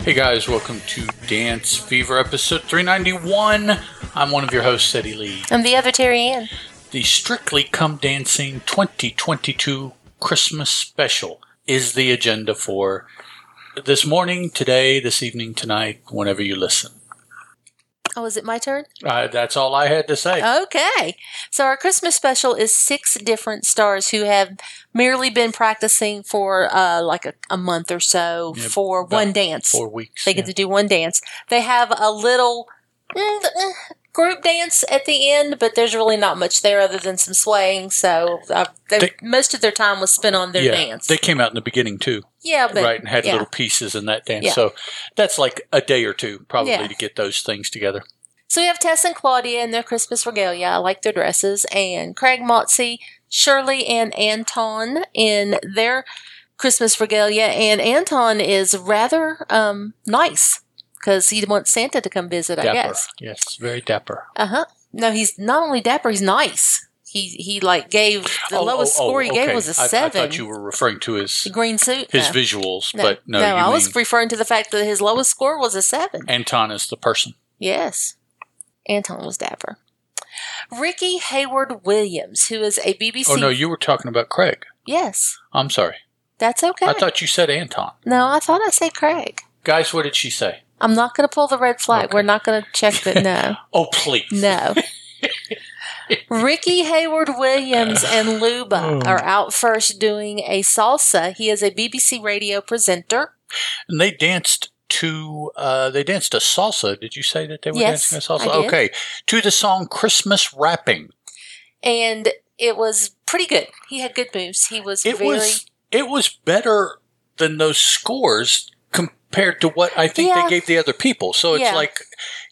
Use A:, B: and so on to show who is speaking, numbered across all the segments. A: Hey guys, welcome to Dance Fever episode 391. I'm one of your hosts, Eddie Lee.
B: I'm the other Terry Ann.
A: The Strictly Come Dancing 2022 Christmas Special is the agenda for this morning, today, this evening, tonight, whenever you listen.
B: Oh, is it my turn?
A: Uh, that's all I had to say.
B: Oh, Okay. So our Christmas special is six different stars who have merely been practicing for uh, like a, a month or so
A: Yeah,
B: for
A: about
B: one dance.
A: Four weeks.
B: They get to do one dance. They have a little mm, eh, group dance at the end, but there's really not much there other than some swaying. So uh, they,
A: They-
B: most of their time was spent on their
A: yeah,
B: dance.
A: They came out in the beginning too,
B: yeah, but
A: right? And had
B: yeah.
A: little pieces in that dance.
B: Yeah.
A: So that's like a day or two probably
B: Yeah.
A: to get those things together.
B: So we have Tess and Claudia in their Christmas regalia. I like their dresses. And Craig Motze, Shirley, and Anton in their Christmas regalia. And Anton is rather um, nice because he wants Santa to come visit, I
A: dapper.
B: guess.
A: Yes, very dapper.
B: Uh huh. No, he's not only dapper, he's nice. He, he like gave the
A: Oh,
B: lowest
A: oh, oh,
B: score he
A: okay.
B: gave was a
A: I-
B: seven.
A: I, thought you were referring to his
B: the green suit.
A: his
B: no.
A: visuals,
B: No,
A: but no,
B: no,
A: you
B: I was
A: mean
B: referring to the fact that his lowest score was a seven.
A: Anton is the person.
B: Yes. Anton was dapper. Ricky Hayward Williams, who is a BBC.
A: Oh no, you were talking about Craig.
B: yes,
A: I'm sorry.
B: that's okay.
A: I thought you said Anton.
B: no, I thought I said Craig.
A: Guys, what did she say?
B: I'm not going to pull the red flag.
A: Okay.
B: We're not going to check that. No,
A: Oh please.
B: no. Ricky Hayward Williams and Luba
A: Oh.
B: are out first doing a salsa. He is a BBC radio presenter.
A: And they danced to uh, they danced a salsa. Did you say that they were
B: Yes,
A: dancing a salsa?
B: I did.
A: Okay. To the song Christmas Wrapping.
B: And it was pretty good. He had good moves. He was
A: It
B: very.
A: was it was better than those scores compared to what I think
B: Yeah.
A: they gave the other people. So it's
B: Yeah.
A: like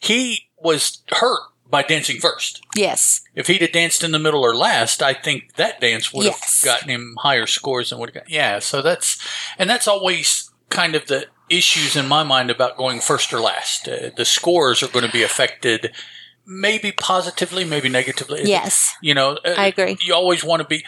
A: he was hurt by dancing first.
B: yes.
A: If he'd have danced in the middle or last, I think that dance would
B: Yes.
A: have gotten him higher scores than would have got. Yeah, so that's and that's always kind of the issues in my mind about going first or last. Uh, the scores are going to be affected, maybe positively, maybe negatively.
B: Yes.
A: you know, uh,
B: I agree.
A: You always want to be.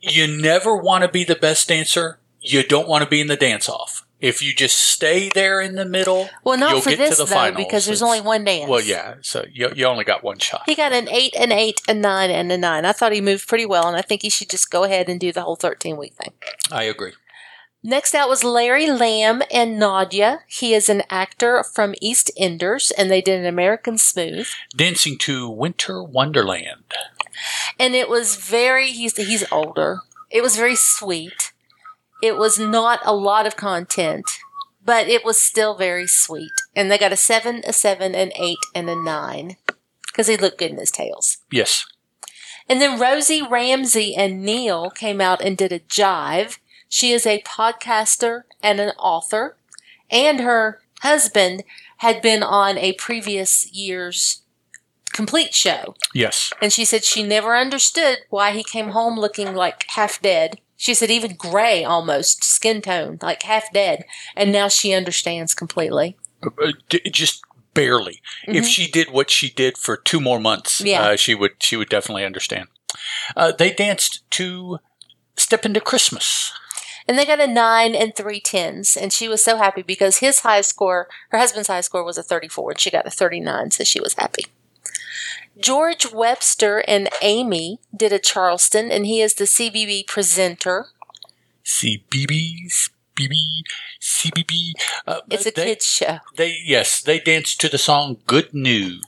A: You never want to be the best dancer. You don't want to be in the dance off. If you just stay there in the middle,
B: Well, not
A: you'll
B: for
A: get
B: this
A: to
B: though,
A: the finals.
B: because there's
A: It's-
B: only one dance.
A: Well, yeah. So you, you only got one shot.
B: He got an eight, an eight, a nine, and a nine. I thought he moved pretty well, and I think he should just go ahead and do the whole 13 week thing.
A: I agree.
B: Next out was Larry Lamb and Nadia. He is an actor from East Enders, and they did an American Smooth.
A: Dancing to Winter Wonderland.
B: And it was very, he's, he's older. It was very sweet. It was not a lot of content, but it was still very sweet. And they got a seven, a seven, an eight, and a nine because he looked good in his tails.
A: Yes.
B: And then Rosie Ramsey and Neil came out and did a jive. She is a podcaster and an author, and her husband had been on a previous year's complete show.
A: Yes.
B: And she said she never understood why he came home looking like half dead. She said even gray almost, skin tone, like half dead. And now she understands completely.
A: Uh, uh, d- just barely. If she did what she did for two more months,
B: Mm-hmm. Yeah.
A: uh, she would she would definitely understand. Uh, they danced to Step Into Christmas.
B: And they got a nine and three tens. And she was so happy because his high score, her husband's high score was a 34, and she got a 39, so she was happy. George Webster and Amy did a Charleston, and he is the CBB presenter.
A: CBBs. BB, CBB. Uh,
B: It's a
A: they,
B: kids' show.
A: They yes, they danced to the song "Good News."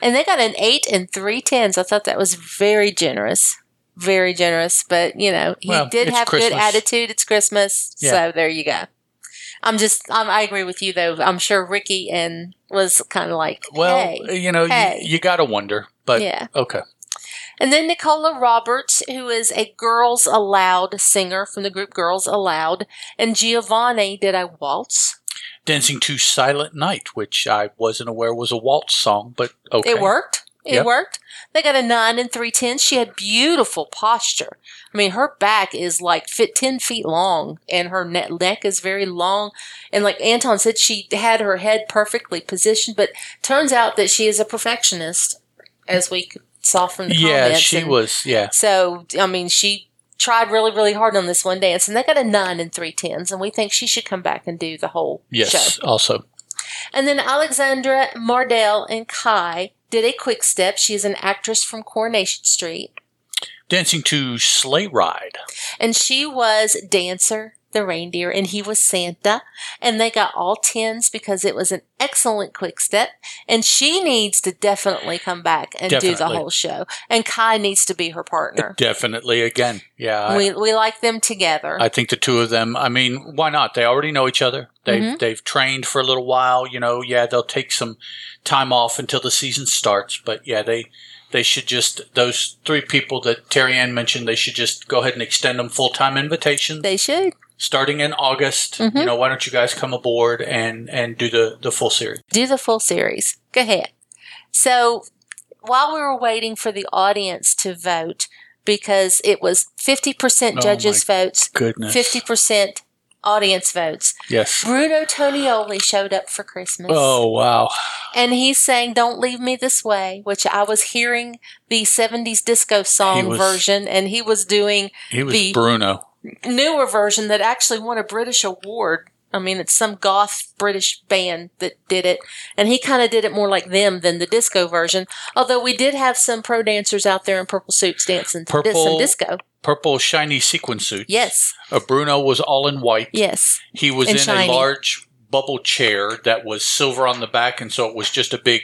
B: And they got an eight and three tens. I thought that was very generous. Very generous. But, you know, he
A: Well,
B: did
A: it's
B: have good
A: Christmas.
B: attitude. It's Christmas.
A: Yeah.
B: So there you go. I'm just, I'm, I agree with you, though. I'm sure Ricky and was kind of like,
A: Well,
B: hey.
A: you know,
B: hey.
A: you, you gotta wonder, but
B: Yeah.
A: okay,
B: And then Nicola Roberts, who is a Girls Aloud singer from the group Girls Aloud, and Giovanni did a waltz.
A: dancing to "Silent Night," which I wasn't aware was a waltz song, but okay,
B: It worked. It
A: Yep.
B: worked. They got a nine and three tens. She had beautiful posture. I mean, her back is like fit ten feet long, and her ne- neck is very long. And like Anton said, she had her head perfectly positioned. But turns out that she is a perfectionist, as we saw from the
A: Yeah,
B: comments.
A: she
B: and-
A: was. Yeah,
B: So I mean, she tried really, really hard on this one dance, and they got a nine and three tens, and we think she should come back and do the whole
A: Yes,
B: show.
A: also.
B: And then Alexandra Mardell and Kai did a quick step. She is an actress from Coronation Street,
A: Dancing to Sleigh Ride.
B: and she was Dancer the reindeer, and he was Santa, and they got all tens because it was an excellent quick step, and she needs to definitely come back and do the
A: Definitely.
B: whole show, and Kai needs to be her partner.
A: Definitely, again. Yeah. I-
B: we we like them together.
A: I think the two of them. I mean, why not? They already know each other. They've
B: Mhm.
A: they've trained for a little while. You know, yeah, they'll take some time off until the season starts. But yeah, they they should just those three people that Terry Ann mentioned. They should just go ahead and extend them full time invitations
B: they should.
A: starting in August. You
B: Mhm.
A: know, why don't you guys come aboard and and do the the full series?
B: do the full series. Go ahead. So while we were waiting for the audience to vote, because it was 50%
A: Oh
B: judges' votes,
A: Goodness,
B: 50% audience votes,
A: yes.
B: Bruno Tonioli showed up for Christmas.
A: Oh wow,
B: And he sang Don't Leave Me This Way, which I was hearing the 70s disco
A: He
B: song
A: was-
B: version, and he was doing
A: he was
B: The-
A: Bruno.
B: newer version that actually won a British award. I mean, it's some goth British band that did it, and he kind of did it more like them than the disco version. Although we did have some pro dancers out there in purple suits dancing to dis- some
A: Purple-
B: disco.
A: Purple shiny sequin suit.
B: Yes,
A: Uh, Bruno was all in white.
B: yes,
A: He was
B: And
A: in
B: shiny.
A: a large bubble chair that was silver on the back, and so it was just a big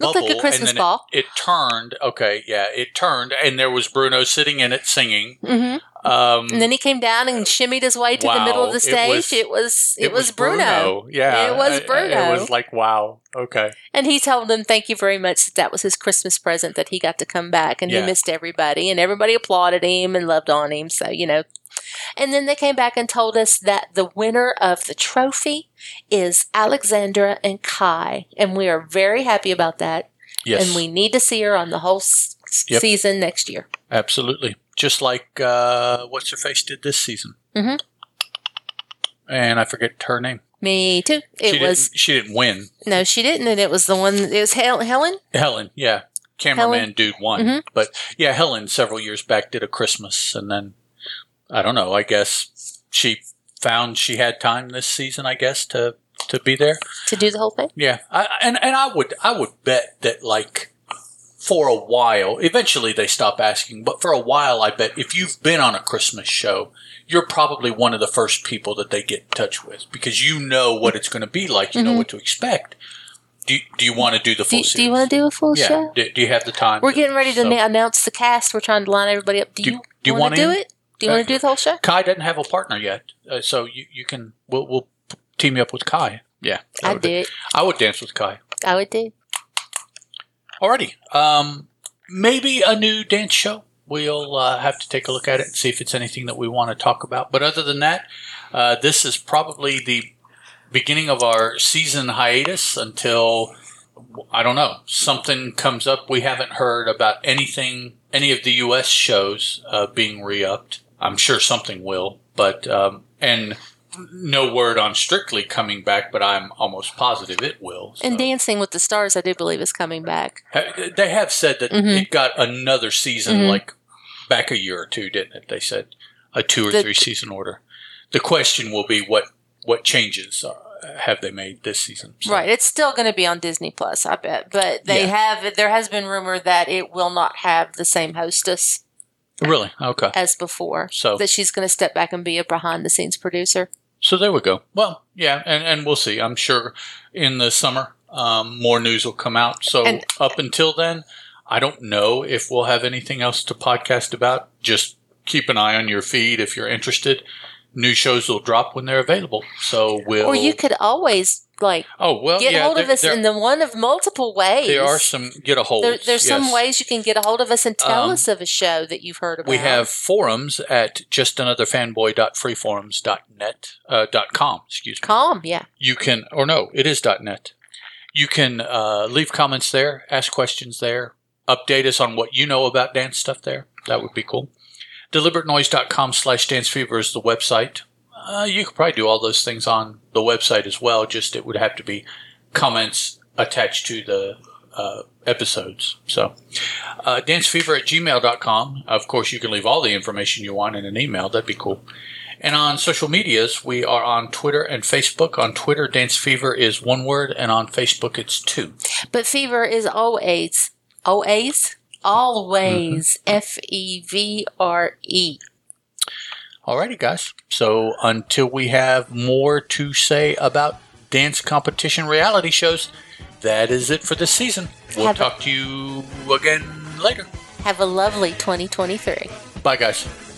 B: Looked like
A: bubble.
B: a Christmas
A: and then it-
B: ball.
A: It, turned. Okay, yeah, it turned, and there was Bruno sitting in it singing.
B: hmm
A: Um,
B: And then he came down and shimmied his way to the middle of
A: Wow,
B: the
A: it
B: stage.
A: was-
B: It was it, was, Bruno.
A: Yeah,
B: It was
A: I- I-
B: Bruno.
A: It was like wow. Okay,
B: And he told them, thank you very much. That that was his Christmas present that he got to come back and he
A: Yeah.
B: missed everybody and everybody applauded him and loved on him. So, you know. And then they came back and told us that the winner of the trophy is Alexandra and Kai. And we are very happy about that.
A: yes,
B: And we need to see her on the whole s- s-
A: Yep.
B: season next year.
A: absolutely. Just like uh, what's her face did this season.
B: Mhm.
A: And I forget her name.
B: Me too. It
A: she
B: was,
A: Didn't, she didn't win.
B: no, she didn't. And it was the one, it was Hel- Helen.
A: Helen, yeah. Cameraman
B: Helen?
A: dude won.
B: Mhm.
A: But yeah, Helen several years back did a Christmas and then I don't know, I guess she found she had time this season, I guess, to to be there.
B: to do the whole thing.
A: Yeah. I, and and I would I would bet that like for a while, eventually they stop asking, but for a while I bet if you've been on a Christmas show, you're probably one of the first people that they get in touch with because you know what it's going to be like, you know
B: Mhm.
A: what to expect. Do you, do you want to do the full
B: Do, you-
A: series?
B: do you want to do a full
A: yeah.
B: show?
A: Do, do you have the time?
B: We're getting ready to
A: So-
B: na- announce the cast. We're trying to line everybody up. Do,
A: Do-
B: you,
A: do you
B: want
A: want
B: to do
A: in?
B: it? Do you want to do the whole show?
A: Kai doesn't have a partner yet, uh, so you, you can we'll, we'll p- team you up with Kai. Yeah, I
B: I'd
A: would,
B: do it.
A: I would dance with Kai.
B: I would do.
A: Alrighty, um, maybe a new dance show. We'll uh, have to take a look at it and see if it's anything that we want to talk about. But other than that, uh, this is probably the beginning of our season hiatus until I don't know something comes up. We haven't heard about anything, any of the U.S. shows uh, being re-upped. I'm sure something will, but um, and no word on Strictly coming back, but I'm almost positive it will. so.
B: And Dancing with the Stars, I do believe, is coming back.
A: Ha- They have said that
B: Mhm.
A: it got another season,
B: Mhm.
A: like back a year or two, didn't it? They said a two or
B: The-
A: three season order. The question will be what what changes uh, have they made this season? So,
B: Right. It's still going to be on Disney Plus, I bet. But they have. There has been rumor that it will not have the same hostess
A: Really? Okay.
B: as before.
A: So
B: That she's going to step back and be a behind the scenes producer.
A: so there we go. Well, yeah, and and we'll see. I'm sure in the summer um, more news will come out. So
B: And-
A: up until then, I don't know if we'll have anything else to podcast about. Just keep an eye on your feed if you're interested. New shows will drop when they're available. So we'll
B: Or you could always like
A: Oh well,
B: get
A: yeah,
B: hold of
A: there-
B: us
A: there,
B: in the one of multiple ways.
A: there are some get a hold.
B: There- there's some
A: yes.
B: ways you can get a hold of us and tell
A: Um,
B: us of a show that you've heard about.
A: We have forums at justanotherfanboy.freeforums.net uh, dot .com. Excuse me.
B: Calm, yeah.
A: You can, or no, it is dot .net. You can uh, leave comments there, ask questions there, update us on what you know about dance stuff there. That would be cool. DeliberateNoise.com slash dance fever is the website. Uh, you could probably do all those things on the website as well. Just it would have to be comments attached to the uh, episodes. So, uh, dancefever at gmail.com. Of course, you can leave all the information you want in an email. That'd be cool. And on social medias, we are on Twitter and Facebook. On Twitter, Dance Fever is one word, and on Facebook, it's two.
B: But fever is always, always, always F E V R E.
A: Alrighty, guys. So until we have more to say about dance competition reality shows, that is it for this season. We'll
B: Have a-
A: talk to you again later.
B: Have a lovely 2023.
A: Bye, guys.